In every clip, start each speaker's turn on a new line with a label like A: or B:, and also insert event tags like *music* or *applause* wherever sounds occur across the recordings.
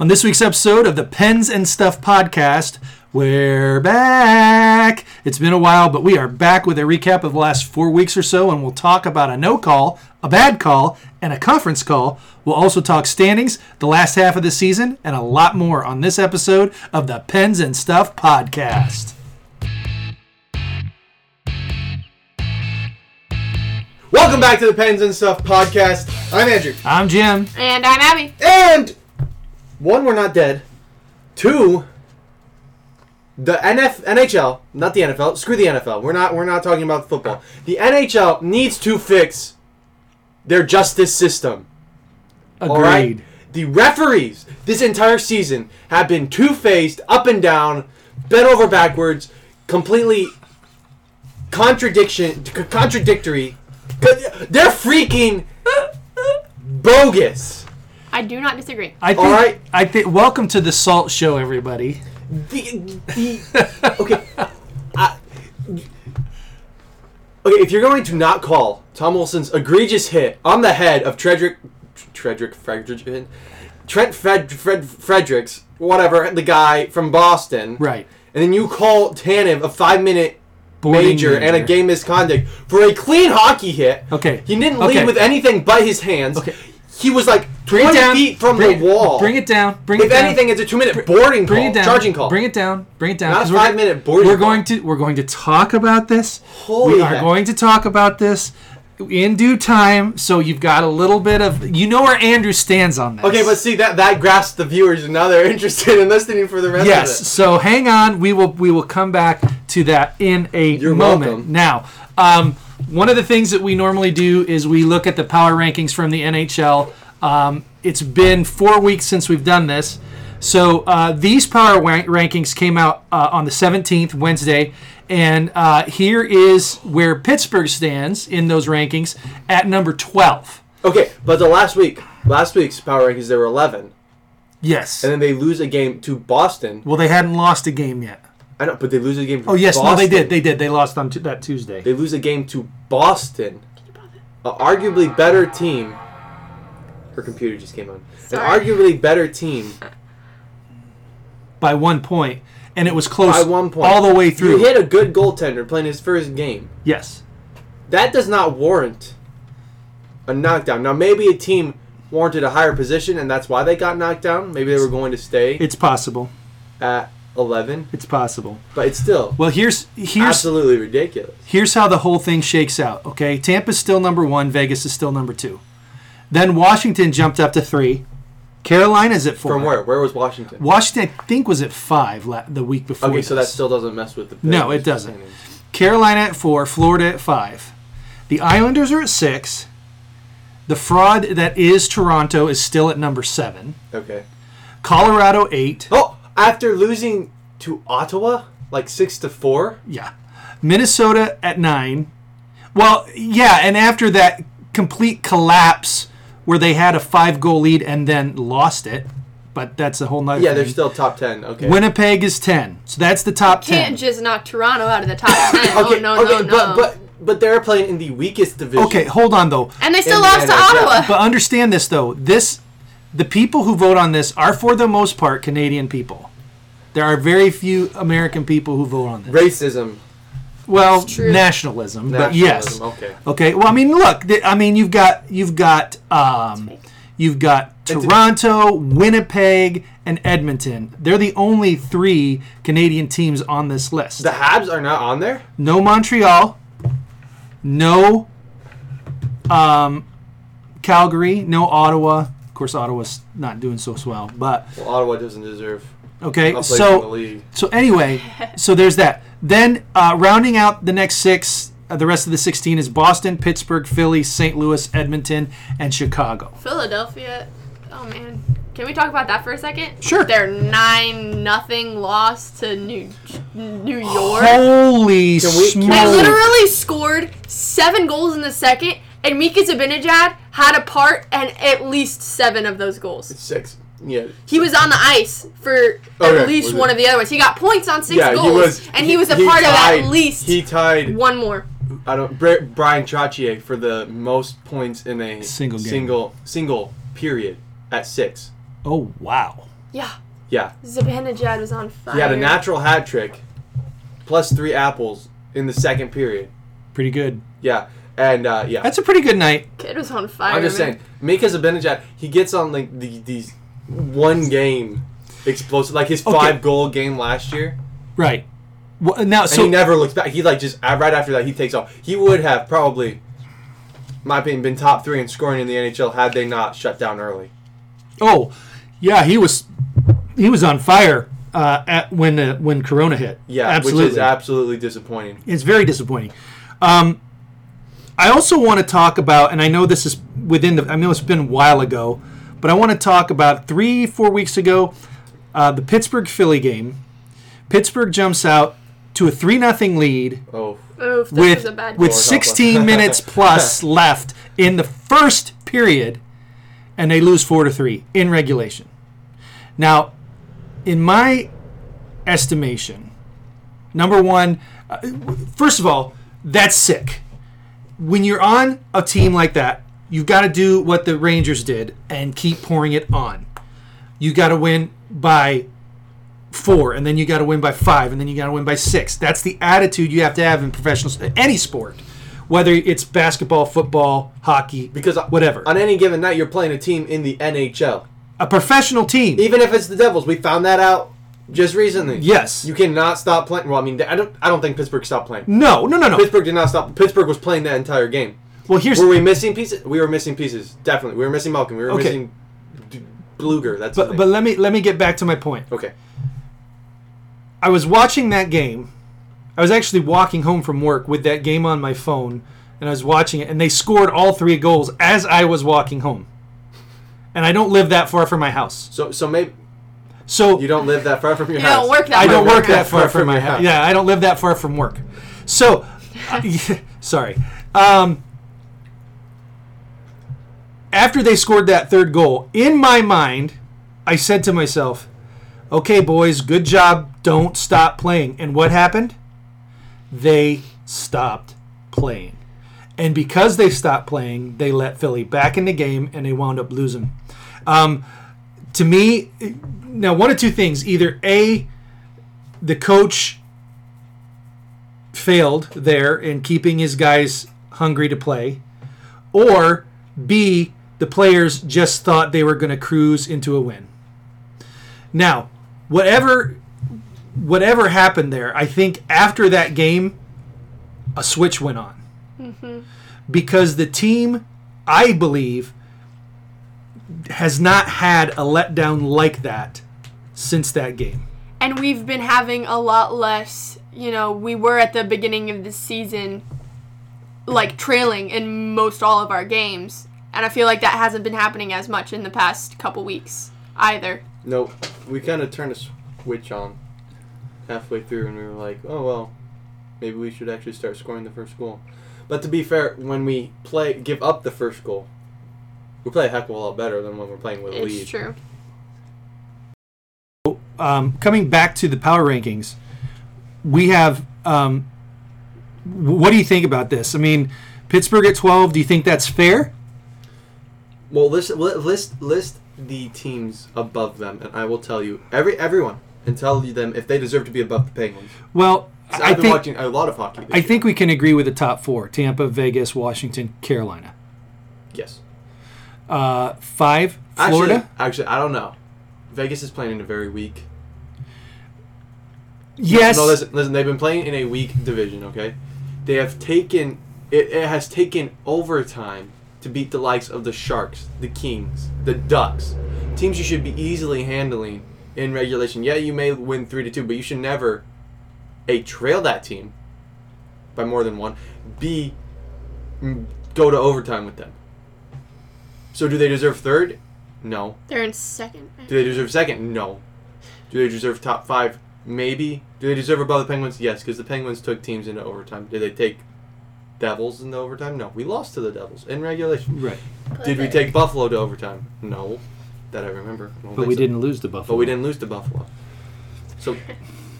A: On this week's episode of the Pens and Stuff podcast, we're back. It's been a while, but we are back with a recap of the last four weeks or so, and we'll talk about a no call, a bad call, and a conference call. We'll also talk standings, the last half of the season, and a lot more on this episode of the Pens and Stuff podcast.
B: Welcome back to the Pens and Stuff podcast. I'm Andrew.
A: I'm Jim.
C: And I'm Abby.
B: And one, we're not dead. Two, the NF, NHL, not the NFL. Screw the NFL. We're not we're not talking about football. The NHL needs to fix their justice system.
A: Agreed.
B: All right? The referees this entire season have been two-faced, up and down, bent over backwards, completely contradiction c- contradictory. They're freaking bogus.
C: I do not disagree.
A: I think,
B: All right.
A: I think. Welcome to the Salt Show, everybody.
B: the, the okay. I, okay, if you're going to not call Tom Wilson's egregious hit on the head of Tredrick, Tredrick Fredrickson, Trent Fred, Fred Fredericks, whatever the guy from Boston,
A: Right.
B: And then you call Tanev a five minute major and a
A: major.
B: game misconduct for a clean hockey hit.
A: Okay.
B: he didn't
A: Okay.
B: lead with anything but his hands.
A: Okay.
B: He was like 20 feet from
A: bring,
B: the wall.
A: Bring it down. Bring
B: If
A: it down.
B: anything, it's a two-minute boarding
A: bring
B: call,
A: it down.
B: charging call.
A: Bring it down. Bring it down.
B: Not
A: 'cause
B: a
A: we're-
B: five-minute boarding
A: We're
B: call.
A: going to we're going to talk about this.
B: Holy
A: we are
B: heck.
A: going to talk about this in due time. So you've got a little bit of you know where Andrew stands on this.
B: Okay, but see that that grasps the viewers, and now they're *laughs* interested in listening for the rest
A: yes.
B: of it.
A: So hang on. We will we will come back to that in a
B: You're
A: moment.
B: welcome.
A: Now, um, one of the things that we normally do is we look at the power rankings from the NHL. Um, it's been four weeks since we've done this. So uh, these power rank- rankings came out uh, on the 17th, Wednesday. And uh, here is where Pittsburgh stands in those rankings at number 12.
B: Okay, but the last week, last week's power rankings, they were 11,
A: Yes.
B: and then they lose a game to Boston.
A: Well, they hadn't lost a game yet.
B: I know, but they lose a game. To
A: Oh, yes. No, they
B: Boston.
A: did. They did. They lost on t- that Tuesday.
B: They lose a game to Boston, an arguably better team. Her computer just came on.
C: Sorry.
B: An arguably better team
A: by one point, and it was close
B: by one point,
A: all the way through.
B: You hit a good goaltender playing his first game.
A: yes,
B: that does not warrant a knockdown. Now, maybe a team warranted a higher position, and that's why they got knocked down. Maybe they were going to stay
A: it's possible.
B: at 11,
A: It's possible.
B: but it's still
A: Well, here's here's
B: absolutely ridiculous.
A: here's how the whole thing shakes out. Okay, Tampa's still number one. Vegas is still number two. Then Washington jumped up to three. Carolina's at four.
B: From where? Where was Washington?
A: Washington, I think, was at five la- the week before.
B: okay, so that
A: this.
B: still doesn't mess with the.
A: No, it doesn't. Carolina at four, Florida at five. The Islanders are at six. The fraud that is Toronto is still at number seven.
B: Okay.
A: Colorado eight.
B: Oh, after losing to Ottawa, like six to four.
A: Yeah. Minnesota at nine. Well, yeah, and after that complete collapse where they had a five goal lead and then lost it, but that's a whole nother
B: Yeah,
A: thing.
B: they're still top ten. Okay.
A: Winnipeg is ten. So that's the top ten.
C: Can't just knock Toronto out of the top ten.
B: okay.
C: oh no,
B: okay,
C: no, no.
B: but but but they're playing in the weakest division.
A: Okay, hold on though.
C: and they still
B: in the
C: lost to
B: NHL.
C: Ottawa.
A: But understand this though. This the people who vote on this are for the most part Canadian people. There are very few American people who vote on this.
B: Racism.
A: Well,
C: true.
A: nationalism, but yes.
B: nationalism, Okay.
A: Okay. Well, I mean, look. th- I mean, you've got you've got um, you've got Toronto, Winnipeg, and Edmonton. They're the only three Canadian teams on this list.
B: The Habs are not on there.
A: No Montreal. No. Um, Calgary. No Ottawa. Of course, Ottawa's not doing so swell. But
B: Well, Ottawa doesn't deserve
A: okay.
B: a place in the
A: So
B: league.
A: so anyway, so there's that. Then uh, rounding out the next six, uh, the rest of the 16 is Boston, Pittsburgh, Philly, St. Louis, Edmonton, and Chicago.
C: Philadelphia. Oh man. Can we talk about that for a second?
A: Sure.
C: Their nine nothing loss to New New York.
A: Holy
B: Can we-
A: smokes!
C: They literally scored seven goals in the second, and Mika Zibanejad had a part in at least seven of those goals.
B: Six. Yeah.
C: He was on the ice for
B: Okay,
C: at least
B: was
C: one
B: it-
C: of the other ones. He got points on six
B: yeah,
C: goals, and he, was a part of at least
B: He tied.
C: one more.
B: I don't. Bri- Brian Trottier for the most points in a
A: Single game.
B: single single period at six.
A: oh wow!
C: Yeah,
B: Yeah.
C: Zibanejad was on fire.
B: He had a natural hat trick, plus three apples in the second period.
A: Pretty good.
B: Yeah. And uh, yeah.
A: That's a pretty good night.
C: Kid was on fire.
B: I'm just
C: man.
B: saying, Mika Zibanejad, he gets on like the, these one game explosive, like his
A: Okay.
B: five goal game last year,
A: Right. Well, now,
B: and
A: so
B: he never looks back. He like just uh, right after that he takes off. He would have probably, my opinion, been top three in scoring in the NHL had they not shut down early.
A: oh, yeah, he was he was on fire uh, at, when uh, when Corona hit.
B: Yeah,
A: absolutely.
B: which is absolutely disappointing.
A: it's very disappointing. Um, I also want to talk about, and I know this is within the, I know it's been a while ago, but I want to talk about three, four weeks ago, uh, the Pittsburgh Philly game. Pittsburgh jumps out to a 3 nothing lead
B: Oh,
C: Oof, this was a
A: with,
C: bad
A: with
B: Lord help us.
C: *laughs*
A: 16 minutes plus left in the first period, and they lose 4 to 3 in regulation. Now, in my estimation, number one, uh, first of all, that's sick. When you're on a team like that, you've got to do what the Rangers did and keep pouring it on. You got to win by four, and then you got to win by five, and then you got to win by six. That's the attitude you have to have in professional s- any sport, whether it's basketball, football, hockey,
B: because I-
A: whatever.
B: on any given night you're playing a team in the NHL,
A: a professional team.
B: even if it's the Devils. We found that out just recently.
A: Yes.
B: you cannot stop playing. Well, I mean, I don't, I don't think Pittsburgh stopped playing.
A: no, no, no, no.
B: Pittsburgh did not stop. Pittsburgh was playing that entire game.
A: Well, here's
B: Were we missing pieces? We were missing pieces. Definitely, we were missing Malkin. We were
A: Okay.
B: missing D- Bluger. That's his
A: but,
B: name.
A: but let me let me get back to my point.
B: okay.
A: I was watching that game. I was actually walking home from work with that game on my phone, and I was watching it, and they scored all three goals as I was walking home. And I don't live that far from my house,
B: So so maybe
A: so
B: you don't live that far from your
C: You
B: house.
C: don't work that
A: I
C: far
A: don't
C: from
A: work
C: your
A: that
C: house.
A: far from my house. Yeah, I don't live that far from work.
C: *laughs*
A: So, *laughs* sorry. Um, after they scored that third goal, in my mind, I said to myself, "Okay, boys, good job. Don't stop playing." And what happened? They stopped playing. And because they stopped playing, they let Philly back in the game and they wound up losing. Um, to me, now one of two things either A, the coach failed there in keeping his guys hungry to play, or B, the players just thought they were going to cruise into a win. Now, whatever whatever happened there, I think after that game, a switch went on because the team, I believe, has not had a letdown like that since that game.
C: and we've been having a lot less. You know, we were at the beginning of the season, like trailing in most all of our games, and I feel like that hasn't been happening as much in the past couple weeks either.
B: No, we kind of turned a switch on halfway through, and we were like, oh well, maybe we should actually start scoring the first goal. But to be fair, when we play, give up the first goal, we play a heck of a lot better than when we're playing with a
C: It's
B: lead.
C: true.
A: um, coming back to the power rankings, we have. Um, w- what do you think about this? I mean, Pittsburgh at twelve. Do you think that's fair?
B: Well, list li- list list the teams above them, and I will tell you every everyone and tell you them if they deserve to be above the Penguins.
A: Well,
B: So
A: I
B: I've been
A: think
B: watching a lot of hockey. This
A: I think we can agree with the top four: Tampa, Vegas, Washington, Carolina.
B: year. yes.
A: Uh, five, Florida.
B: Actually, actually, I don't know. Vegas is playing in a very weak.
A: yes.
B: No, listen, listen. They've been playing in a weak division. Okay, they have taken it. It has taken overtime to beat the likes of the Sharks, the Kings, the Ducks, teams you should be easily handling in regulation. Yeah, you may win three to two, but you should never a trail that team by more than one. B m- go to overtime with them. So do they deserve third? No.
C: They're in second.
B: Do they deserve second? No. Do they deserve top five? Maybe. Do they deserve above the Penguins? Yes, because the Penguins took teams into overtime. Did they take Devils into overtime? No. We lost to the Devils in regulation.
A: right,
B: Did we take Buffalo to overtime? No. That I remember. I don't
A: but
B: think
A: we
B: so.
A: didn't lose to Buffalo.
B: But we didn't lose to Buffalo. So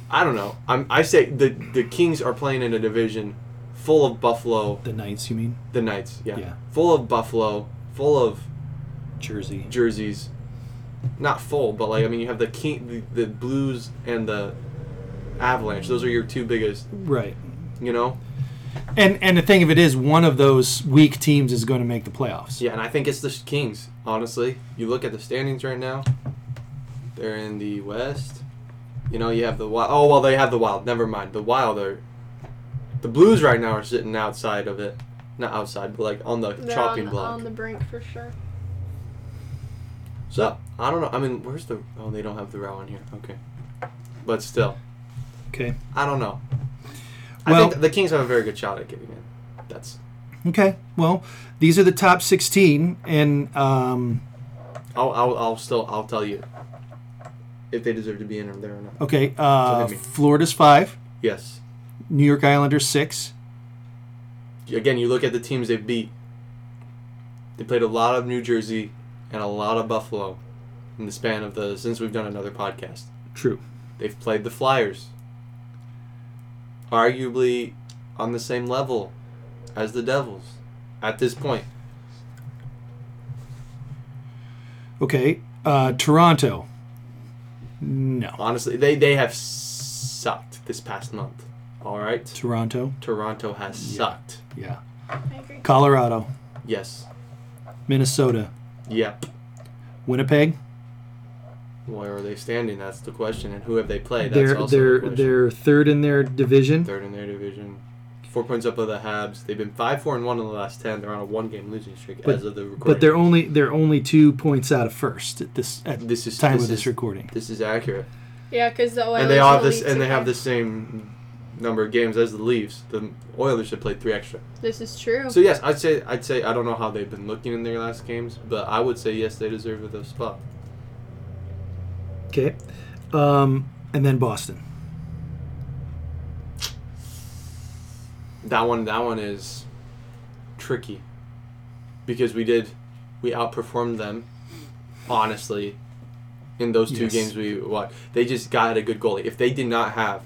B: I don't know. I'm, I say the the Kings are playing in a division full of Buffalo,
A: The Knights, you mean?
B: the Knights, yeah,
A: Yeah.
B: full of Buffalo, full of
A: Jersey.
B: jerseys, not full, but like I mean, you have the King, the, the Blues, and the Avalanche. Those are your two biggest.
A: Right.
B: You know.
A: And and the thing of it is, one of those weak teams is going to make the playoffs.
B: Yeah, and I think it's the Kings. Honestly, you look at the standings right now. They're in the West. You know, you have the Wild. Oh well, they have the Wild. Never mind. The Wild are. The Blues right now are sitting outside of it, not outside, but like on the
C: They're
B: chopping
C: on,
B: block.
C: on the brink for sure.
B: So I don't know. I mean, where's the? Oh, they don't have the row on here. Okay, but still,
A: Okay.
B: I don't know. I
A: Well-
B: think th- the Kings have a very good shot at getting it. That's
A: Okay. Well, these are the top 16, and um,
B: I'll, I'll I'll still I'll tell you if they deserve to be in or there or not.
A: okay, uh,
B: That's what I mean.
A: Florida's five,
B: Yes.
A: New York Islanders six.
B: Again, you look at the teams they beat. They played a lot of New Jersey and a lot of Buffalo in the span of the since we've done another podcast.
A: True.
B: They've played the Flyers, arguably on the same level as the Devils at this point.
A: Okay. Uh, Toronto. No.
B: Honestly, they they have sucked this past month. All right,
A: Toronto.
B: Toronto has sucked.
A: Yeah.
C: I agree.
A: Colorado.
B: Yes.
A: Minnesota.
B: Yep.
A: Winnipeg.
B: Where are they standing? That's the question. And who have they played? That's
A: They're
B: also
A: they're
B: the question.
A: they're third in their division.
B: third in their division. Four points up of the Habs. They've been five, four, and one in the last ten. They're on a one-game losing streak
A: But-
B: as of the recording.
A: But they're only they're only two points out of first at this at
B: This is-
A: time
B: this
A: of this
B: is-
A: recording.
B: This is accurate.
C: Yeah, because the Oilers
B: and they all have
C: will
B: this.
C: lead
B: And they have
C: today.
B: the same number of games as the Leafs. The Oilers should play three extra.
C: This is true.
B: So yes, I'd say I'd say I don't know how they've been looking in their last games, but I would say yes, they deserve the spot.
A: Okay. Um, and then Boston.
B: That one, that one is tricky because we did, we outperformed them, honestly, in those two
A: Yes.
B: games we watched. They just got a good goalie. If they did not have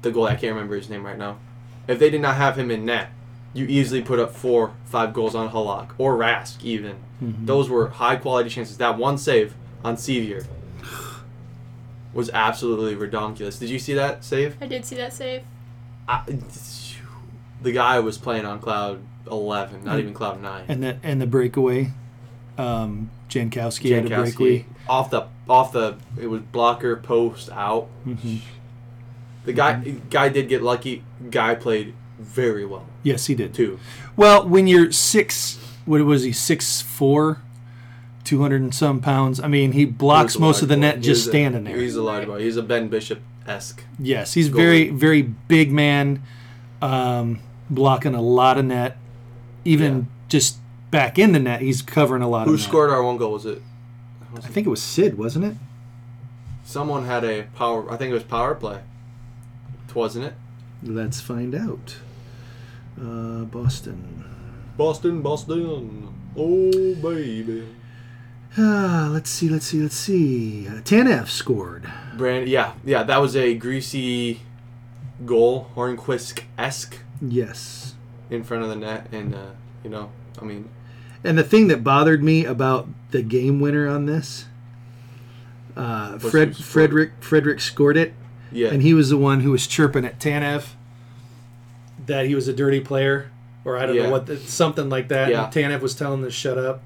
B: the goalie, I can't remember his name right now. If they did not have him in net, you easily put up four, five goals on Halak or Rask even. Those were high quality chances. That one save on Sevier was absolutely redonkulous. Did you see that save?
C: I did see that save.
B: I, the guy was playing on cloud 11, not even cloud 9.
A: And the and the breakaway. Um, Jankowski, had a breakaway.
B: Jankowski off the off the it was blocker post out.
A: Mm-hmm.
B: The guy guy did get lucky. Guy played very well
A: Yes, he did.
B: too.
A: Well, when you're six, what was he? Six four, two hundred and some pounds. I mean, he blocks
B: He's a
A: most of the
B: large
A: net
B: boy.
A: just
B: He's a-
A: standing there.
B: He's a large boy. He's a Ben Bishop esque.
A: yes, he's very
B: goalie.
A: very big man, um, blocking a lot of net. Even
B: Yeah.
A: just back in the net, he's covering a lot
B: Who
A: of. net.
B: scored our one goal? Was it
A: I think it was Sid, wasn't it?
B: someone had a power? I think it was power play. Wasn't it?
A: Let's find out. Uh, Boston. *sighs*
B: Boston, Boston. Oh baby.
A: Ah, let's see, let's see, let's see. Uh, Tanef scored.
B: Brand, yeah, yeah, that was a greasy goal, Hornquist esque
A: Yes.
B: in front of the net, and uh, you know, I mean,
A: And the thing that bothered me about the game winner on this, uh,
B: Was
A: Fred
B: who scored?
A: Frederick Frederick scored it,
B: yeah,
A: and he was the one who was chirping at Tanev that he was a dirty player, or I don't
B: Yeah.
A: know what, the, something like that.
B: Yeah.
A: And Tanev was telling him to shut up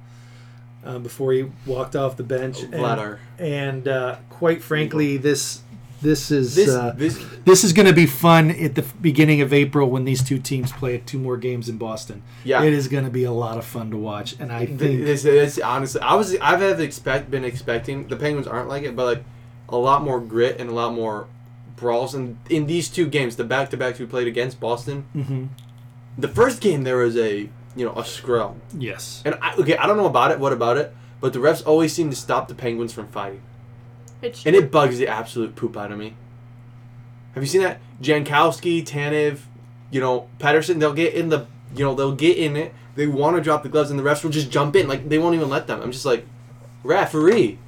A: um, before he walked off the bench. And-
B: Oh, Vladar.
A: and uh, quite frankly, this this is
B: This,
A: uh,
B: this,
A: this is going to be fun at the beginning of April when these two teams play two more games in Boston.
B: Yeah.
A: it is going to be a lot of fun to watch, and I think
B: this, this, honestly, I was, I've have expect been expecting the Penguins aren't like it, but like a lot more grit and a lot more brawls, and in these two games, the back to backs we played against Boston,
A: Mm-hmm.
B: the first game there was a, you know, a scrum,
A: yes,
B: and I, okay, I don't know about it, what about it, but the refs always seem to stop the Penguins from fighting.
C: It's
B: and it bugs the absolute poop out of me. Have you seen that Jankowski, Tanev, you know Patterson? They'll get in the, you know, they'll get in it. They want to drop the gloves, and the refs will just jump in. Like they won't even let them. I'm just like, referee,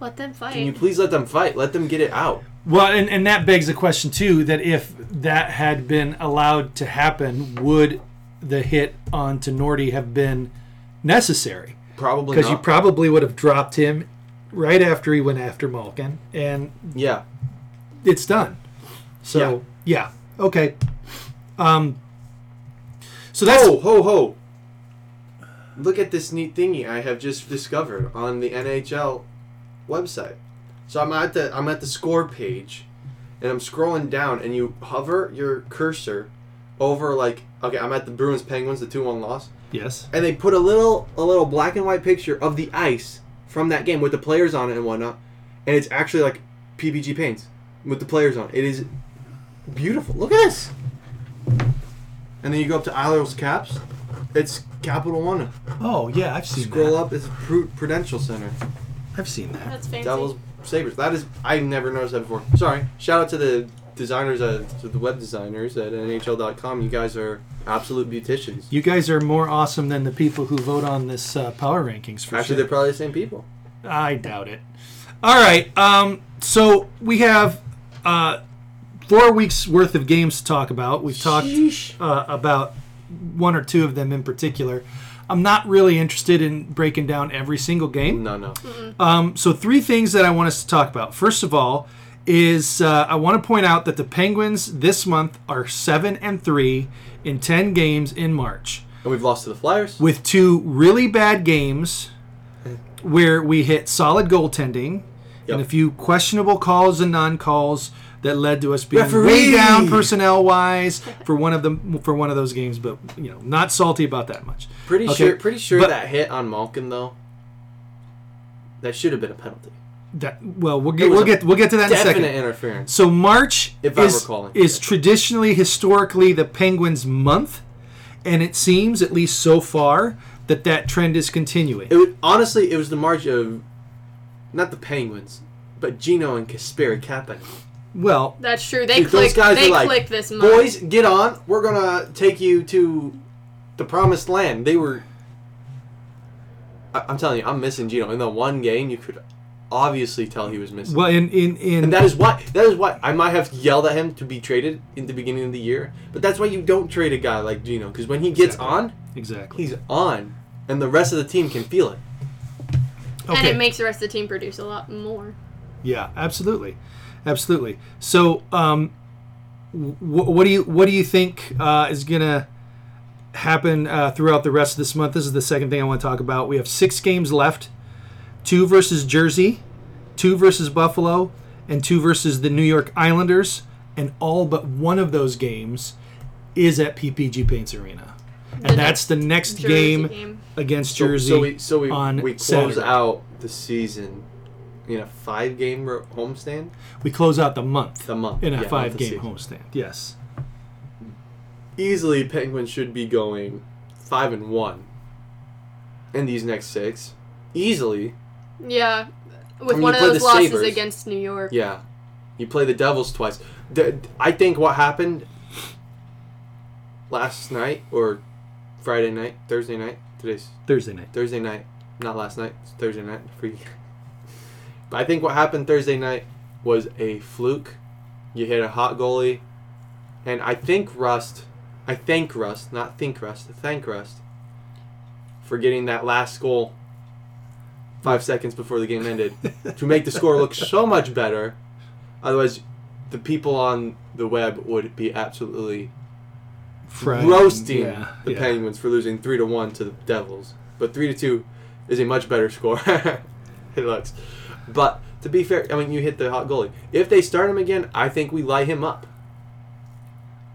C: let them fight.
B: can you please let them fight? Let them get it out.
A: well, and, and that begs the question too that if that had been allowed to happen, would the hit on to Norty have been necessary?
B: Probably
A: because you
B: not.
A: probably would have dropped him right after he went after Malkin, and
B: yeah.
A: it's done. So yeah, okay. Um, so that's
B: Ho ho ho! Look at this neat thingy I have just discovered on the NHL website. So I'm at the I'm at the score page, and I'm scrolling down, and you hover your cursor over like okay, I'm at the Bruins Penguins, the two one loss,
A: yes,
B: and they put a little a little black and white picture of the ice from that game with the players on it and whatnot, and it's actually like PBG paints with the players on it. It is beautiful. Look at this. And then you go up to Isles Caps. It's Capital One.
A: Oh yeah, I've seen
B: Scroll
A: that.
B: up. It's Pru- Prudential Center.
A: I've seen that.
C: That's fancy.
B: Devils Sabers. That is. I never noticed that before. Sorry. Shout out to the designers, uh, to the web designers at NHL.com. You guys are absolute beauticians.
A: You guys are more awesome than the people who vote on this uh, power rankings for
B: Actually,
A: sure.
B: they're probably the same people.
A: I doubt it. All right. Um, so we have uh, four weeks worth of games to talk about. We've talked uh, about one or two of them in particular. I'm not really interested in breaking down every single game.
B: No, no. Mm.
A: Um, so three things that I want us to talk about. First of all, is uh, I want to point out that the Penguins this month are seven and three in ten games in March,
B: And we've lost to the Flyers.
A: with two really bad games where we hit solid goaltending and a
B: Hmm. Yep.
A: few questionable calls and non-calls that led to us being way
B: Referee!
A: down personnel-wise for one of them for one of those games. But you know, not salty about that much.
B: Pretty
A: Okay,
B: sure. Pretty sure
A: but-
B: that hit on Malkin though. That should have been a penalty.
A: That well, we'll get
B: was
A: we'll
B: a
A: get we'll get to that in a
B: Definite
A: second.
B: interference.
A: So March
B: If I'm
A: is,
B: recalling.
A: is traditionally, historically, the Penguins' month, and it seems, at least so far, that that trend is continuing.
B: It would, honestly, it was the march of not the Penguins, but Gino and Kasperi Kapanen.
A: Well,
C: That's true. They
B: Dude, those
C: click.
B: guys
C: They
B: are like,
C: click this month.
B: Boys, get on. We're gonna take you to the promised land. They were. I, I'm telling you, I'm missing Gino. In the one game, you could obviously tell he was missing.
A: well, in in in
B: And that is why. That is why I might have yelled at him to be traded in the beginning of the year. But that's why you don't trade a guy like Gino, because when he gets
A: Exactly.
B: on,
A: exactly.
B: he's on, and the rest of the team can feel it.
C: And
A: Okay.
C: it makes the rest of the team produce a lot more.
A: yeah, absolutely, absolutely. So, um, wh- what do you what do you think uh, is gonna happen uh, throughout the rest of this month? This is the second thing I want to talk about. We have six games left: two versus Jersey, two versus Buffalo, and two versus the New York Islanders. And all but one of those games is at PPG Paints Arena, and
C: The
A: that's the next
C: Jersey
A: game, against Jersey.
B: So, so we so we,
A: on
B: we close
A: Saturday.
B: out the season in a five game ro- homestand.
A: We close out the month
B: The month
A: in a
B: yeah, month
A: five
B: of
A: game
B: season.
A: homestand. Yes.
B: Easily, Penguins should be going five and one in these next six. Easily,
C: Yeah, with
B: mean,
C: one
B: you
C: of
B: play
C: those
B: the
C: losses
B: Sabres.
C: against New York.
B: yeah. You play the Devils twice. The, I think what happened last night or Friday night, Thursday night, today's
A: Thursday night.
B: Thursday night, not last night. It's Thursday night. *laughs* Free. But I think what happened Thursday night was a fluke. You hit a hot goalie, and I think Rust, I thank Rust, not think Rust, thank Rust, for getting that last goal five seconds before the game ended to make the score look so much better. Otherwise, the people on the web would be absolutely
A: Friday.
B: roasting
A: Yeah,
B: the
A: yeah.
B: Penguins for losing three to one to the Devils. But three to two is a much better score. *laughs* it looks. But to be fair, I mean you hit the hot goalie. If they start him again, I think we light him up.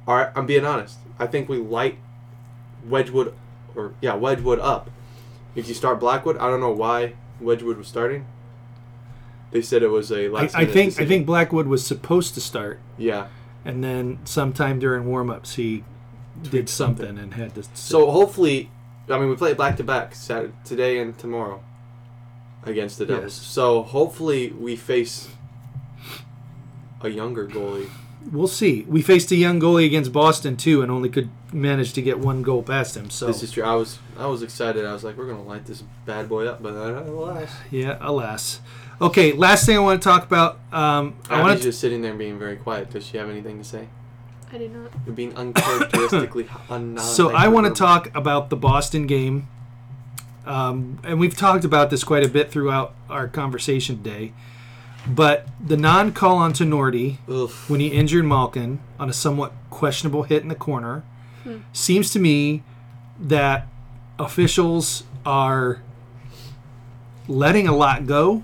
B: All right, I'm being honest. I think we light Wedgwood, or yeah, Wedgwood up. If you start Blackwood, I don't know why Wedgwood was starting. They said it was a
A: I,
B: last.
A: I
B: minute
A: think I
B: decision.
A: think Blackwood was supposed to start,
B: Yeah.
A: and then sometime during warm-ups he did something and had to.
B: So hopefully, I mean, we play back to back Saturday, today and tomorrow against the Devils.
A: Yes.
B: So hopefully we face a younger goalie.
A: we'll see. We faced a young goalie against Boston too, and only could manage to get one goal past him. So
B: This is true. I was I was excited. I was like, we're gonna light this bad boy up, but I alas,
A: yeah, alas. Okay, last thing I want to talk about. Um, I want
B: Abby's
A: to.
B: just sitting there being very quiet. Does she have anything to say?
C: I did not.
A: *laughs*
B: You're being uncharacteristically un-
A: So I want to talk about the Boston game um, and we've talked about this quite a bit throughout our conversation today. But the non-call on to Nordy
B: Oof.
A: when he injured Malkin on a somewhat questionable hit in the corner seems to me that officials are letting a lot go.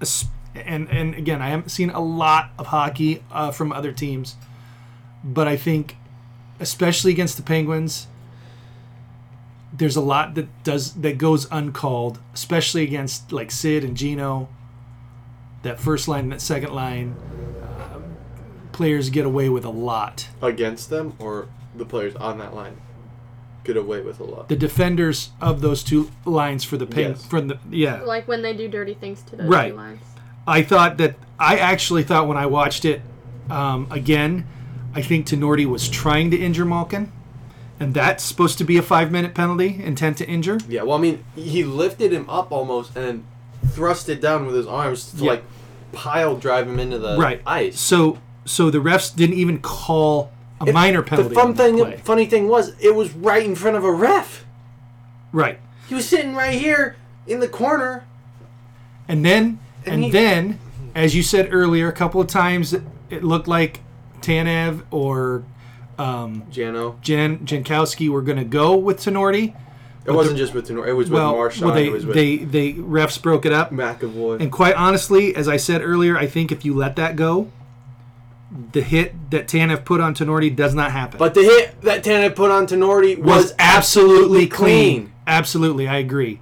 A: Es- And and again, I haven't seen a lot of hockey uh, from other teams, but I think, especially against the Penguins, there's a lot that does that goes uncalled, especially against like Sid and Gino. That first line, and that second line, um, players get away with a lot.
B: Against them or the players on that line get away with a lot.
A: The defenders of those two lines for the Peng-
B: Yes.
A: from the yeah
C: Like when they do dirty things to those
A: Right.
C: two lines.
A: I thought that I actually thought when I watched it um, again, I think Tenorti was trying to injure Malkin, and that's supposed to be a five-minute penalty, intent to injure.
B: Yeah, well, I mean, he lifted him up almost and then thrust it down with his arms to
A: Yeah.
B: like pile drive him into the
A: right.
B: ice.
A: So, so the refs didn't even call a minor penalty.
B: The fun
A: on that
B: thing,
A: play.
B: funny thing was, it was right in front of a ref.
A: right?
B: He was sitting right here in the corner.
A: And then, and,
B: he-
A: then, as you said earlier, a couple of times it, it looked like Tanev or
B: Jano.
A: Jan Jankowski were going to go with Tenorti.
B: It wasn't just with Tenor. It was with
A: Well,
B: Marshawn.
A: well, they
B: it was with
A: they they refs broke it up.
B: McAvoy.
A: And quite honestly, as I said earlier, I think if you let that go, the hit that Tanev put on Tenorti does not happen.
B: but the hit that Tanev put on Tenorti was,
A: was absolutely clean.
B: clean.
A: Absolutely, I agree.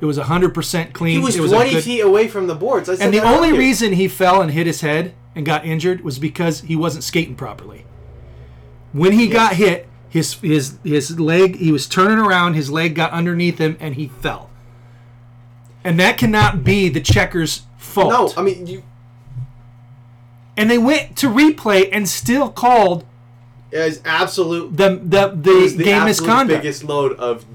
A: It was 100% clean.
B: he was,
A: it was a
B: 20
A: good-
B: feet away from the boards. I said
A: And the
B: that
A: only
B: earlier.
A: reason he fell and hit his head and got injured was because he wasn't skating properly. When he got hit, his his his leg he was turning around, his leg got underneath him and he fell. And that cannot be the checker's fault.
B: No, I mean you.
A: and they went to replay and still called
B: As absolute
A: the the,
B: it
A: the,
B: was the
A: game
B: absolute
A: misconduct.
B: biggest load of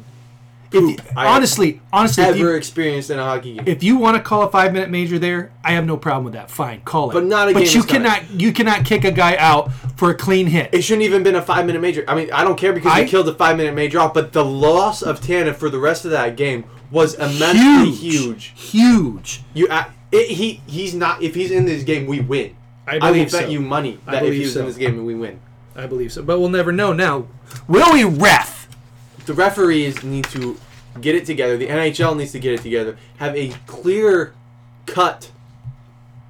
A: If-
B: poop I
A: honestly, honestly, if
B: ever
A: you,
B: experienced in a hockey game.
A: if you want to call a five minute major there, I have no problem with that. Fine, call it.
B: But not a
A: But
B: game
A: you
B: misconduct.
A: cannot you cannot kick a guy out for a clean hit.
B: it shouldn't even been a five minute major. I mean, I don't care because
A: I-
B: they killed the five minute major off, but the loss of Tanev for the rest of that game was immensely huge.
A: huge.
B: You, I, it, he, he's not. If he's in this game, we win. I will bet you money
A: I
B: that if
A: believe
B: he was
A: so.
B: in this game, we win.
A: I believe so, but we'll never know now. Will we ref?
B: the referees need to get it together. The NHL needs to get it together. Have a clear cut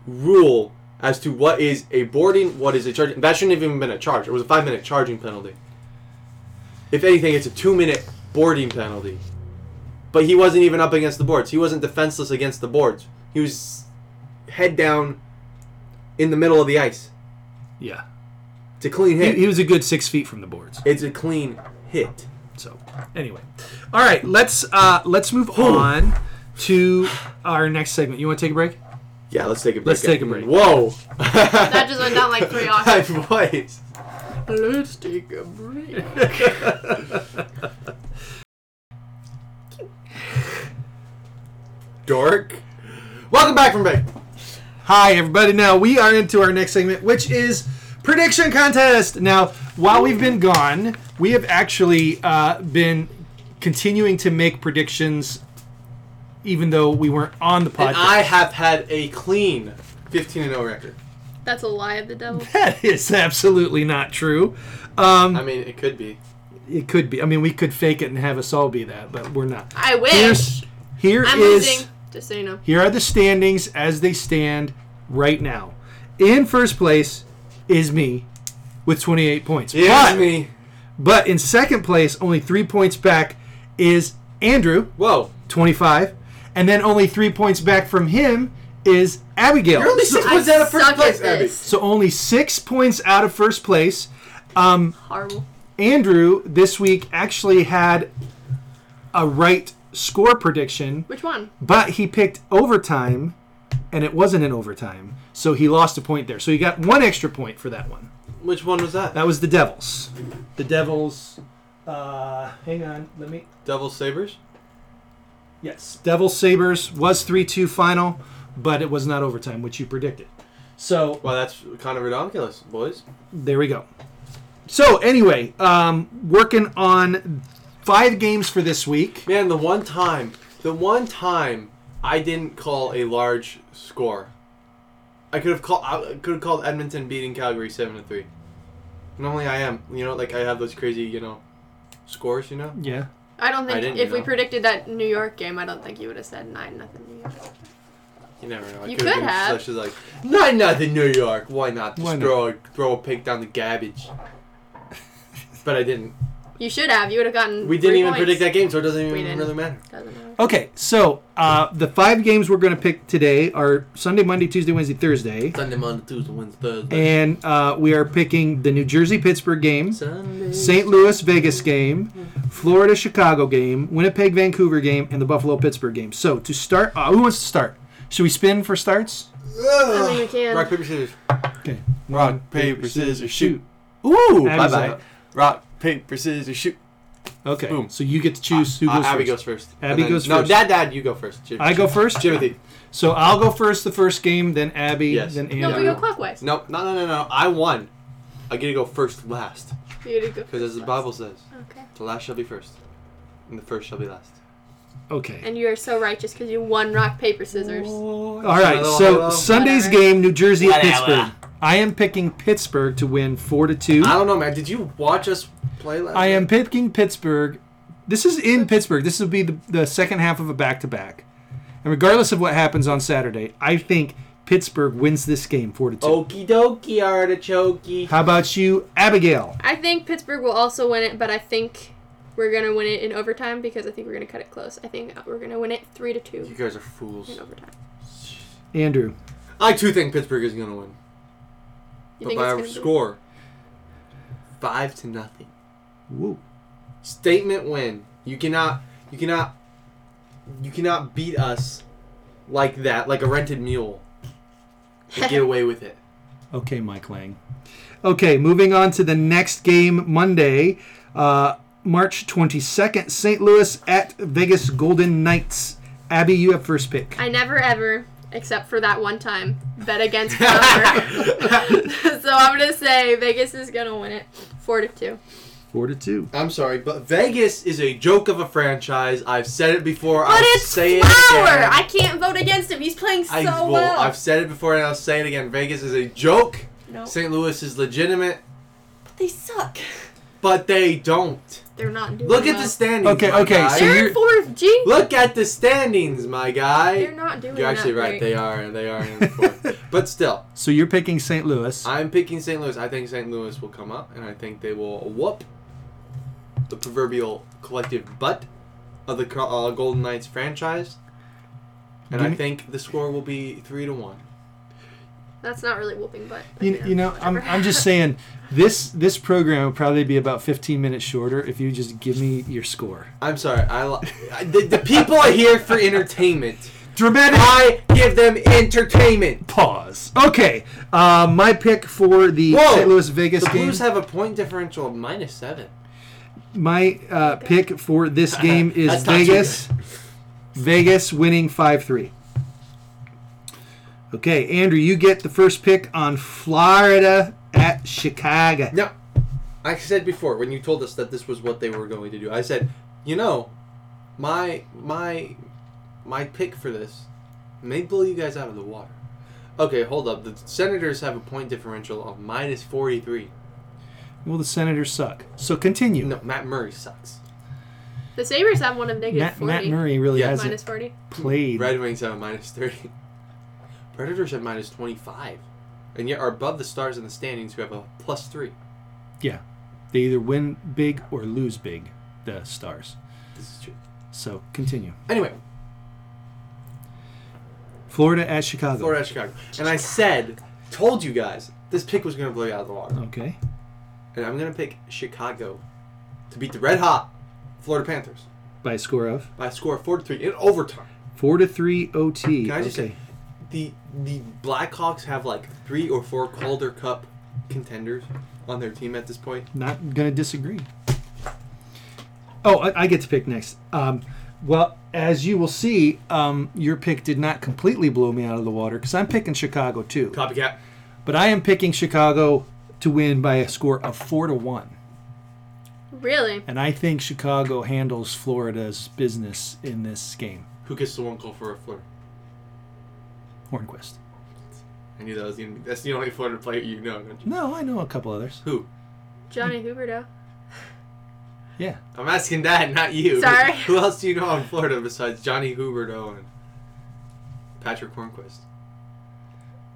B: rule as to what is a boarding, what is a charging. That shouldn't have even been a charge. It was a five minute charging penalty. If anything, it's a two minute boarding penalty. But he wasn't even up against the boards. He wasn't defenseless against the boards. He was head down in the middle of the ice.
A: Yeah,
B: It's a clean
A: he,
B: hit.
A: he was a good six feet from the boards.
B: It's a clean hit.
A: So anyway, all right, let's uh, let's move on to our next segment. You want to take a break?
B: Yeah, let's take a break.
A: Let's take a break.
B: Whoa.
C: That just went down
B: *laughs*
C: like three
B: My
C: octaves.
B: voice.
C: Let's take a break.
B: dork. Welcome back from break.
A: Hi, everybody. Now we are into our next segment, which is prediction contest. Now, while we've been gone, we have actually uh, been continuing to make predictions, even though we weren't on the podcast. *laughs*
B: And I have had a clean 15 and 0 record.
C: That's a lie of the devil.
B: *laughs*
A: that is absolutely not true.
B: I mean, it could be.
A: It could be. I mean, we could fake it and have us all be that, but we're not.
C: I wish.
A: Here's, here
C: I'm
A: is-
C: losing. Just so you know.
A: Here are the standings as they stand right now. In first place is me with 28 points.
B: Yeah,
A: But-
B: me.
A: But in second place, only three points back, is Andrew,
B: Whoa.
A: 25. And then only three points back from him is Abigail.
B: You're only six
C: I
B: points out of
C: suck
B: first
C: at
B: place, Abby.
C: this.
A: so only six points out of first place.
C: Horrible.
A: Andrew this week actually had a right score prediction,
C: Which one?
A: but he picked overtime, and it wasn't an overtime. So he lost a point there. So he got one extra point for that one.
B: Which one was that?
A: That was the Devils. The Devils. Uh, hang on. Let me.
B: Devil Sabers.
A: Yes, Devil Sabers was three two final, but it was not overtime, which you predicted. So
B: Well, that's kind of ridiculous, boys.
A: there we go. So anyway, um, working on five games for this week.
B: Man, the one time, the one time I didn't call a large score. I could have called. I could have called Edmonton beating Calgary seven to three. Normally I am. You know, like I have those crazy, you know, scores. You know.
A: Yeah.
C: I don't
B: I
C: think
B: didn't,
C: if
B: you
C: we
B: know.
C: predicted that New York game, I don't think you would have said nine nothing New York.
B: You never know. I
C: You
B: could've
C: could
B: been
C: have.
B: Such as like, not nothing, New York. Why not? Just
A: Why not?
B: throw a throw a pig down the garbage. but I didn't.
C: You should have. You would have gotten.
B: We didn't even predict that game, so it doesn't
C: We
B: even
C: didn't.
B: really matter.
C: that.
A: Okay, so uh, the five games we're going to pick today are Sunday, Monday, Tuesday, Wednesday, Thursday,
B: Sunday, Monday, Tuesday, Wednesday, Thursday.
A: and uh, we are picking the New Jersey Pittsburgh game,
B: Sunday.
A: St. Louis Vegas game, Florida Chicago game, Winnipeg Vancouver game, and the Buffalo Pittsburgh game. So to start, uh, who wants to start? Should we spin for starts?
C: I mean, we can.
B: Rock paper scissors.
A: Okay.
D: Rock, paper, scissors, shoot.
A: Ooh,
D: Bye
A: Abby's
D: bye.
A: up.
D: Rock, paper, scissors, shoot.
A: Okay,
D: Boom.
A: so you get to choose who
B: Uh,
A: goes
B: Abby
A: first.
B: goes first.
A: Abby
B: And then-
A: goes
B: No,
A: first.
B: Dad, Dad, you go first. Jim-
A: I go first.
B: Jimothy.
A: So I'll go first. The first game, then Abby,
B: Yes.
A: then Andrew.
C: no, we go clockwise.
B: No, no, no, no, no. I won. I get to go first, last,
C: You gotta go
B: because as the
C: clockwise.
B: Bible says,
C: Okay.
B: the last shall be first, and the first shall be last.
A: Okay.
C: And you are so righteous because you won rock paper scissors.
A: All right, so Sunday's
C: Whatever.
A: game, New Jersey at
D: Whatever.
A: Pittsburgh. I am picking Pittsburgh to win four to two.
B: I don't know, man. Did you watch us play last?
A: I
B: night?
A: am picking Pittsburgh. This is in Pittsburgh. This will be the, the second half of a back to back. And regardless of what happens on Saturday, I think Pittsburgh wins this game four to two.
B: Okie dokie, artichokey.
A: How about you, Abigail?
C: I think Pittsburgh will also win it, but I think we're gonna win it in overtime because I think we're gonna cut it close. I think we're gonna win it three to
B: You
C: two
B: guys are fools.
C: in overtime.
A: Andrew.
B: I too think Pittsburgh is gonna win,
C: You
B: but
C: think
B: by
C: it's
B: a
C: gonna
B: score, five to nothing.
A: Woo.
B: Statement win. You cannot. You cannot. You cannot beat us like that, like a rented mule. And
C: *laughs*
B: get away with it.
A: Okay, Mike Lang. Okay, moving on to the next game Monday, uh, March 22nd, St. Louis at Vegas Golden Knights. Abby, you have first pick.
C: I never ever, except for that one time, bet
B: *laughs*
C: against Pittsburgh. *laughs* so I'm gonna say Vegas is gonna win it four to two.
A: Four to two.
B: I'm sorry, but Vegas is a joke of a franchise. I've said it before.
C: But
B: I'll
C: it's
B: say it
C: Flower.
B: again.
C: I can't vote against him. He's playing so
B: I will.
C: well.
B: I've said it before, and I'll say it again. Vegas is a joke.
C: no,
B: St. Louis is legitimate,
C: they suck.
B: but they don't.
C: They're not doing.
B: Look at
C: well.
B: the standings.
A: Okay,
B: my
A: okay,
B: guy.
A: so
C: They're
A: you're-
C: in fourth. G.
B: Look at the standings, my
C: They're
B: guy.
C: not doing.
B: You're actually
C: that
B: right.
C: great.
B: They are. They are. In
A: *laughs*
B: fourth. but still,
A: So you're picking St. Louis.
B: I'm picking St. Louis. I think St. Louis will come up, and I think they will whoop the proverbial collective butt of the Col- uh, Golden Knights franchise. And
A: Give
B: I
A: me-
B: think the score will be three to one.
C: That's not really whooping butt. but,
A: You, you know, I'm,
C: whatever.
A: I'm just saying this this program would probably be about 15 minutes shorter if you just give me your score.
B: I'm sorry. I, li- I the, the people are here for entertainment.
A: Dramatic
B: I give them entertainment.
A: pause. Okay, uh, my pick for the
B: Whoa!
A: St. Louis Vegas
B: The
A: game.
B: Blues have a point differential of minus seven.
A: my uh, pick for
B: *laughs*
A: this game is
B: That's not too
A: Vegas. Vegas winning 5 3. Okay, Andrew, you get the first pick on Florida at Chicago.
B: No, I said before when you told us that this was what they were going to do. I said, you know, my my my pick for this may blow you guys out of the water. Okay, hold up. The Senators have a point differential of minus forty three.
A: Well, the Senators suck. So continue.
B: No, Matt Murray sucks.
C: The Sabres have one of negative
A: Matt,
C: 40.
A: Matt Murray really
B: Yeah.
A: hasn't
C: minus 40.
A: played.
B: Red Wings have a minus thirty. *laughs* Predators have minus twenty five, and yet are above the Stars in the standings, who have a plus three.
A: Yeah. They either win big or lose big, the stars.
B: This is true.
A: So continue.
B: Anyway,
A: Florida at Chicago.
B: Florida, Chicago, and I said, told you guys this pick was gonna blow you out of the water.
A: Okay.
B: and I'm gonna pick Chicago to beat the red hot Florida Panthers
A: By a score of
B: by a score of four to three in overtime.
A: four to three OT.
B: Can I just
A: okay.
B: say the the Blackhawks have like three or four Calder Cup contenders on their team at this point.
A: Not gonna disagree. Oh, I, I get to pick next. Um, well, as you will see, um, your pick did not completely blow me out of the water because I'm picking Chicago too.
B: Copycat.
A: But I am picking Chicago to win by a score of four to one.
C: Really?
A: and I think Chicago handles Florida's business in this game.
B: Who gets the one call for a flirt?
A: Hornquist.
B: I knew that was the only, that's the only Florida player you know. Don't you?
A: No, I know a couple others.
B: Who?
C: Johnny Huberto.
A: Yeah,
B: I'm asking that, not you. *laughs*
C: Sorry.
B: Who else do you know in Florida besides Johnny Huberto and Patrick Hornquist?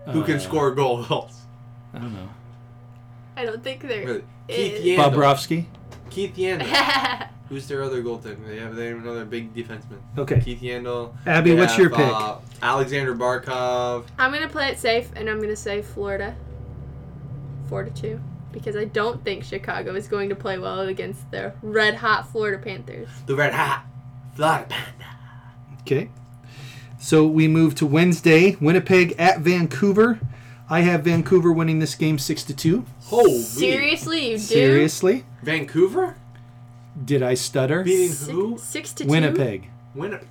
B: Who
A: Uh,
B: can score goals? *laughs*
A: I don't know.
C: I don't think they're.
B: Really?
C: *laughs*
B: Keith
C: Eh.
B: Yandel.
A: Bobrovsky.
B: Keith Yandel. Who's their other goaltender? They have they have another big defenseman.
A: Okay,
B: Keith Yandel.
A: Abby,
B: They
A: what's
B: have,
A: your pick?
B: uh, Alexander Barkov.
C: I'm gonna play it safe, and I'm gonna say Florida. Four to two, because I don't think Chicago is going to play well against the red hot Florida Panthers.
B: The Red Hot. Florida Panther.
A: Okay. So we move to Wednesday, Winnipeg at Vancouver. I have Vancouver winning this game six to two.
B: Holy.
C: Seriously, you do?
A: Seriously,
B: Vancouver?
A: did I stutter?
B: Beating
C: Six,
B: who?
C: six to two.
A: Winnipeg.
B: Winner.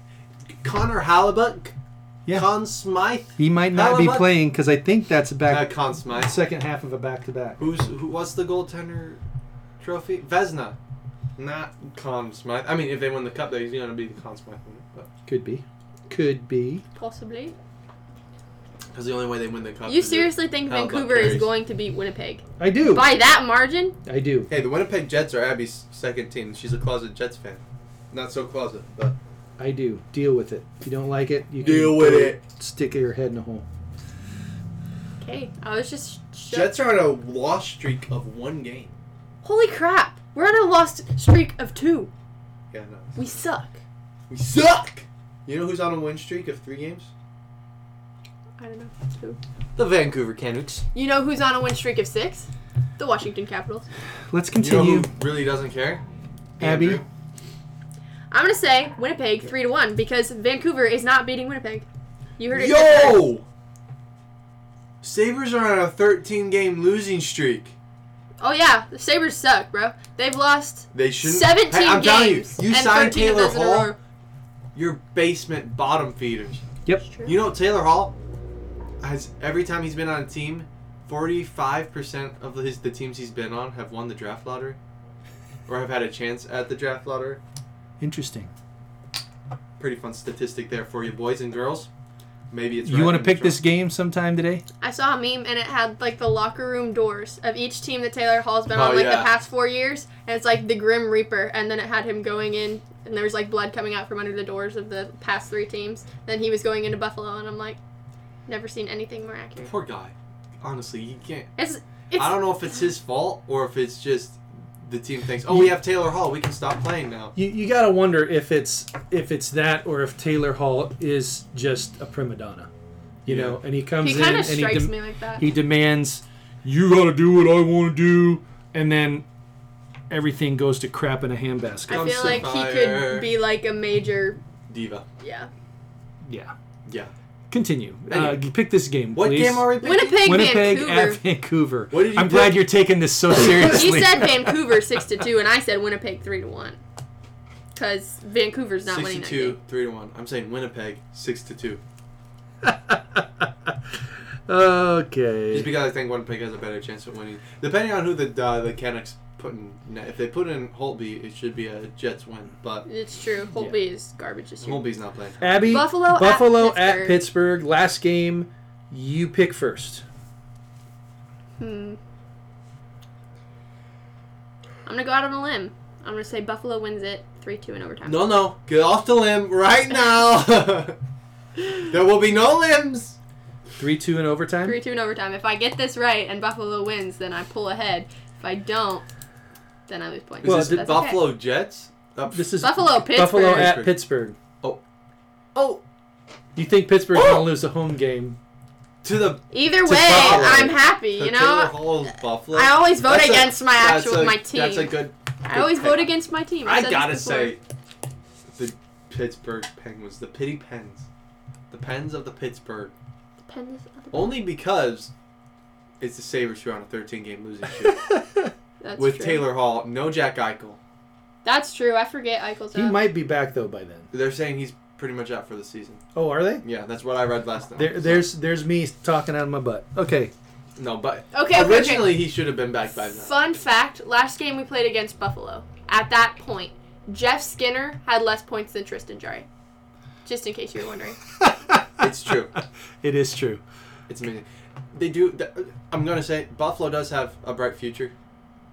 B: Connor Halibut?
A: Yeah.
B: Con Smythe?
A: He might not be
B: Halibut?
A: playing because I think that's
B: Uh,
A: back
B: Con Smythe.
A: second half of a back to back.
B: Who's who? What's the goaltender trophy? Vesna, not Conn Smythe. I mean, if they win the cup, they're gonna be the Conn Smythe winner. But
A: Could be. Could be.
C: Possibly.
B: because the only way they win the cup.
C: You
B: is if-
C: seriously think
B: How about
C: Vancouver is
B: Paris?
C: going to beat Winnipeg
A: I do.
C: by that margin?
A: I do.
B: Hey, the Winnipeg Jets are Abby's second team. She's a closet Jets fan. Not so closet, but
A: I do. Deal with it. If you don't like it, you
B: Deal
A: can
B: with
A: go
B: it.
A: Stick your head in a hole.
C: Okay, I was just. Sh-
B: Jets are on a loss streak of one game.
C: Holy crap! We're on a lost streak of two.
B: Yeah, no,
C: We suck.
B: we suck. You know who's on a win streak of three games?
C: I don't know who.
B: The Vancouver Canucks.
C: You know who's on a win streak of six? The Washington Capitals.
A: Let's
B: You know
A: continue.
B: who really doesn't care?
A: Abby?
B: Andrew.
C: I'm gonna say Winnipeg three to one because Vancouver is not beating Winnipeg. You heard it. here first.
B: Yo! Sabres are on a 13 game losing streak.
C: Oh yeah, the Sabres suck, bro. They've lost
B: They shouldn't.
C: 17
B: Hey, I'm telling you,
C: games.
B: you
C: and
B: signed
C: 13 of
B: Taylor
C: those in a
B: Hall,
C: row.
B: your basement bottom feeders.
A: Yep.
B: You know Taylor Hall has every time he's been on a team, 45% of his the teams he's been on have won the draft lottery or have had a chance at the draft lottery.
A: Interesting.
B: Pretty fun statistic there for you boys and girls. Maybe it's
A: You
B: right
A: want to
B: in
A: pick
B: the
A: this game sometime today?
C: I saw a meme and it had like the locker room doors of each team that Taylor Hall's been
B: Oh,
C: on like
B: yeah.
C: the past four years, and it's like the Grim Reaper, and then it had him going in, and there was like blood coming out from under the doors of the past three teams. Then he was going into Buffalo, and I'm like, never seen anything more accurate.
B: Poor guy. Honestly, he can't.
C: It's it's
B: I don't know if it's his fault or if it's just the team thinks, oh, we have Taylor Hall. We can stop playing now.
A: You, you gotta wonder if it's if it's that or if Taylor Hall is just a prima donna, you
B: Yeah.
A: know, and he comes
C: he
A: in
C: kind
A: and
C: of
A: he,
C: strikes
A: dem-
C: me like that.
A: he demands, you gotta do what I want to do, and then everything goes to crap in a handbasket.
C: I
B: I'm
C: feel
B: so
C: like he
B: fire.
C: could be like a major.
B: Diva.
C: Yeah,
A: yeah,
B: Yeah.
A: continue. Uh,
B: Anyway.
A: pick this game,
B: What
A: please.
B: game are we picking?
C: Winnipeg,
A: Winnipeg
C: Vancouver.
A: at Vancouver.
B: What did you
A: I'm glad
B: pick?
A: you're taking this
B: *laughs*
A: so
C: He
A: seriously. *laughs*
C: said Vancouver six to two, and I said Winnipeg three to one. Cause Vancouver's not
B: six
C: winning
B: to
C: that
B: two,
C: game.
B: three to one. I'm saying Winnipeg six to two, just
A: okay.
B: because I think Winnipeg has a better chance of winning. Depending on who the uh, the Canucks put in, net. if they put in Holtby, it should be a Jets win. But
C: It's true. Holtby is garbage this year.
B: Holtby's not playing.
A: Abby,
C: Buffalo at
A: Buffalo at
C: Pittsburgh.
A: Pittsburgh. Last game, you pick first.
C: Hmm. I'm gonna go out on a limb. I'm gonna say Buffalo wins it three two in overtime.
B: No, no, get off the limb right now. *laughs* there will be no limbs.
A: Three two in overtime.
C: Three two in overtime. If I get this right and Buffalo wins, then I pull ahead. If I don't, then I lose points.
B: Is
A: Well,
B: this
A: did
B: the
C: That's okay.
B: Buffalo Jets? Uh,
A: This is
C: Buffalo, Pittsburgh.
A: Buffalo at Pittsburgh.
B: oh,
A: You think Pittsburgh's
B: Oh!
A: gonna lose a home
C: *laughs*
A: game?
B: to the
C: Either
A: It's
C: way,
A: Buffalo.
C: I'm happy.
B: to
C: You
B: Taylor
C: know,
B: Hall's Buffalo.
C: I always vote
B: That's a-
C: against my
B: that's
C: actual
B: a-
C: my team.
B: That's a good.
C: I always
B: good
C: vote
B: pick.
C: against my team.
B: I
C: said this
B: gotta
C: before.
B: say, the Pittsburgh Penguins, the pity pens, the pens of the Pittsburgh,
C: Depends on the-
B: only because it's the Sabres who are on a 13 game
A: *laughs*
B: losing streak
C: That's
B: with
C: true.
B: Taylor Hall, no Jack Eichel.
C: That's true. I forget Eichel's
A: He
C: out.
A: might be back though by then.
B: They're saying he's pretty much out for the season.
A: Oh, are they?
B: Yeah, that's what I read last night.
A: There, there's there's me talking out of my butt.
B: *laughs*
A: Okay,
B: no, but
C: Okay, okay, okay.
B: originally he should have been back by now.
C: Fun fact: Last game we played against Buffalo At that point, Jeff Skinner had less points than Tristan Jari. Just in case you were wondering.
B: It's true.
A: It is true.
B: It's amazing. They do. th- I'm gonna say Buffalo does have a bright future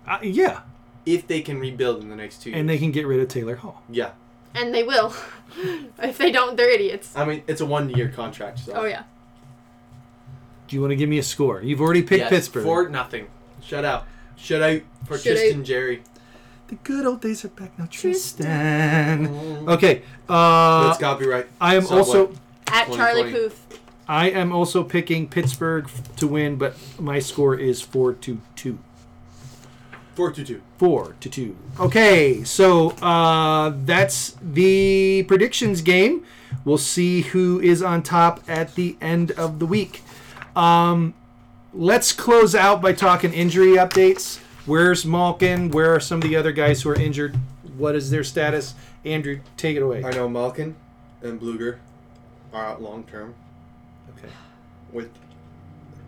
A: Uh, yeah,
B: if they can rebuild in the next two.
A: and
B: years.
A: they can get rid of Taylor Hall.
B: yeah,
C: And they will. *laughs* if they don't, they're idiots.
B: I mean it's a one-year contract. So.
C: Oh, yeah.
A: Do you want to give me a score? You've already picked
B: Yes,
A: Pittsburgh.
B: for nothing. Shut out. Shut out for
C: Shut
B: Tristan
C: out.
B: Jerry.
A: The good old days are back now, Tristan.
C: Tristan.
A: Okay. Uh,
B: That's copyright.
A: I am
B: Subway.
A: also
C: At Charlie
B: 2020.
C: Puth.
A: I am also picking Pittsburgh f- to win, but my score is four to two.
B: four to two.
A: Four to two. Okay, so uh, that's the predictions game. We'll see who is on top at the end of the week. Um, let's close out by talking injury updates. Where's Malkin? Where are some of the other guys who are injured? What is their status? Andrew, take it away.
B: I know Malkin and Bluger are out long term
A: Okay.
B: with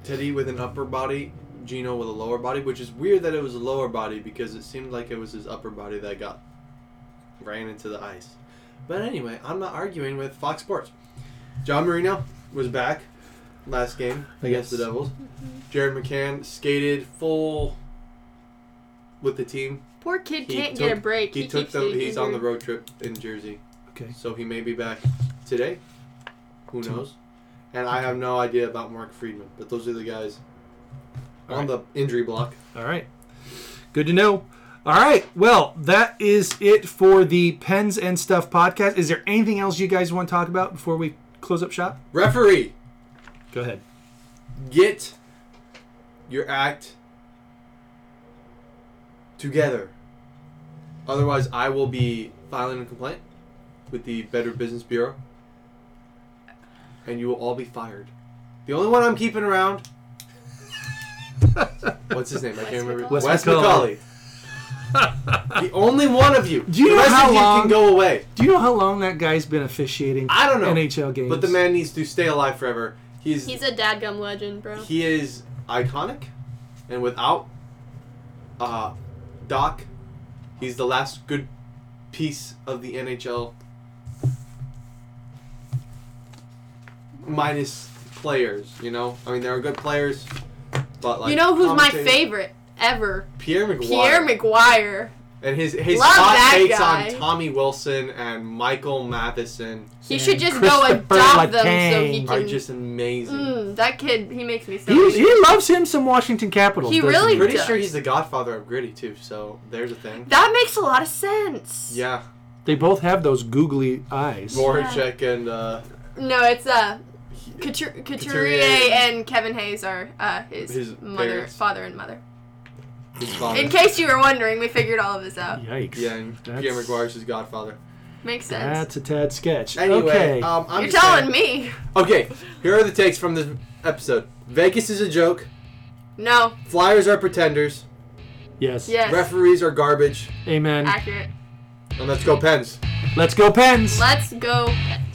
B: Teddy with an upper body, Gino with a lower body, which is weird that it was a lower body because it seemed like it was his upper body that got ran into the ice. But anyway, I'm not arguing with Fox Sports. John Marino was back last game against the
A: Yes.
B: Devils. Jared McCann skated full with the team.
C: Poor kid
B: He
C: can't
B: took-
C: get a break.
B: He, took
C: keeps
B: the
C: getting
B: he's on the
C: injured.
B: road trip in Jersey.
A: Okay.
B: So he may be back today. Who
A: Tom-
B: knows? And I have no idea about Mark Friedman, but those are the guys
A: All
B: on the injury block.
A: All right. Good to know. All right. Well, that is it for the Pens and Stuff podcast. Is there anything else you guys want to talk about before we close up shop?
B: Referee,
A: Go ahead.
B: get your act together. Otherwise, I will be filing a complaint with the Better Business Bureau, and you will all be fired. The only one I'm keeping around.
A: *laughs*
B: What's his name? I can't remember.
C: Wes
B: Wes
A: McCauley.
B: McCauley.
A: *laughs*
B: the only one of you.
A: Do you
B: the
A: know
B: rest
A: how
B: of you
A: long-
B: can go away.
A: Do you know how long that guy's been officiating
B: I don't know.
A: NHL games?
B: But the man needs to stay alive forever. He's
C: He's a dadgum legend, bro.
B: he is iconic, and without uh, Doc, he's the last good piece of the NHL minus players. You know, I mean, there are good players, but like
C: you know who's my
B: commentators-
C: favorite ever?
B: Pierre McGuire,
C: Pierre McGuire.
B: and his his
C: Love
B: hot
C: that
B: takes
C: guy.
B: on Tommy Wilson and Michael Matheson
C: He
A: And
C: should just go
A: Christopher
C: adopt them so he
A: Latang.
B: are
C: can.
B: just amazing.
C: Mm, that kid, he makes me so.
A: he,
C: happy.
A: he loves him some Washington Capitals.
C: He
A: doesn't
C: really
B: Pretty
C: does.
B: sure he's the godfather of gritty too. So there's a thing.
C: That makes a lot of sense.
B: yeah,
A: They both have those googly eyes.
B: Voracek and. Uh,
C: No, it's uh, Couture, Couturier,
B: Couturier.
C: and Kevin Hayes are uh, his,
B: His
C: mother,
B: parents.
C: father, and mother.
B: His father.
C: In case you were wondering, we figured all of this out.
A: Yikes.
B: yeah, and
A: That's-
B: Pierre McGuire's his godfather.
C: Makes sense.
A: That's a tad sketch.
B: Anyway,
A: okay.
B: um, I'm
C: You're
B: just
C: telling
B: saying-
C: me?
B: Okay, here are the takes from this episode. Vegas is a joke.
C: No.
B: Flyers are pretenders.
A: yes.
C: Yes.
B: Referees are garbage.
A: Amen.
C: Accurate.
B: And let's go Pens.
A: Let's go, Pens.
C: Let's go. Pets.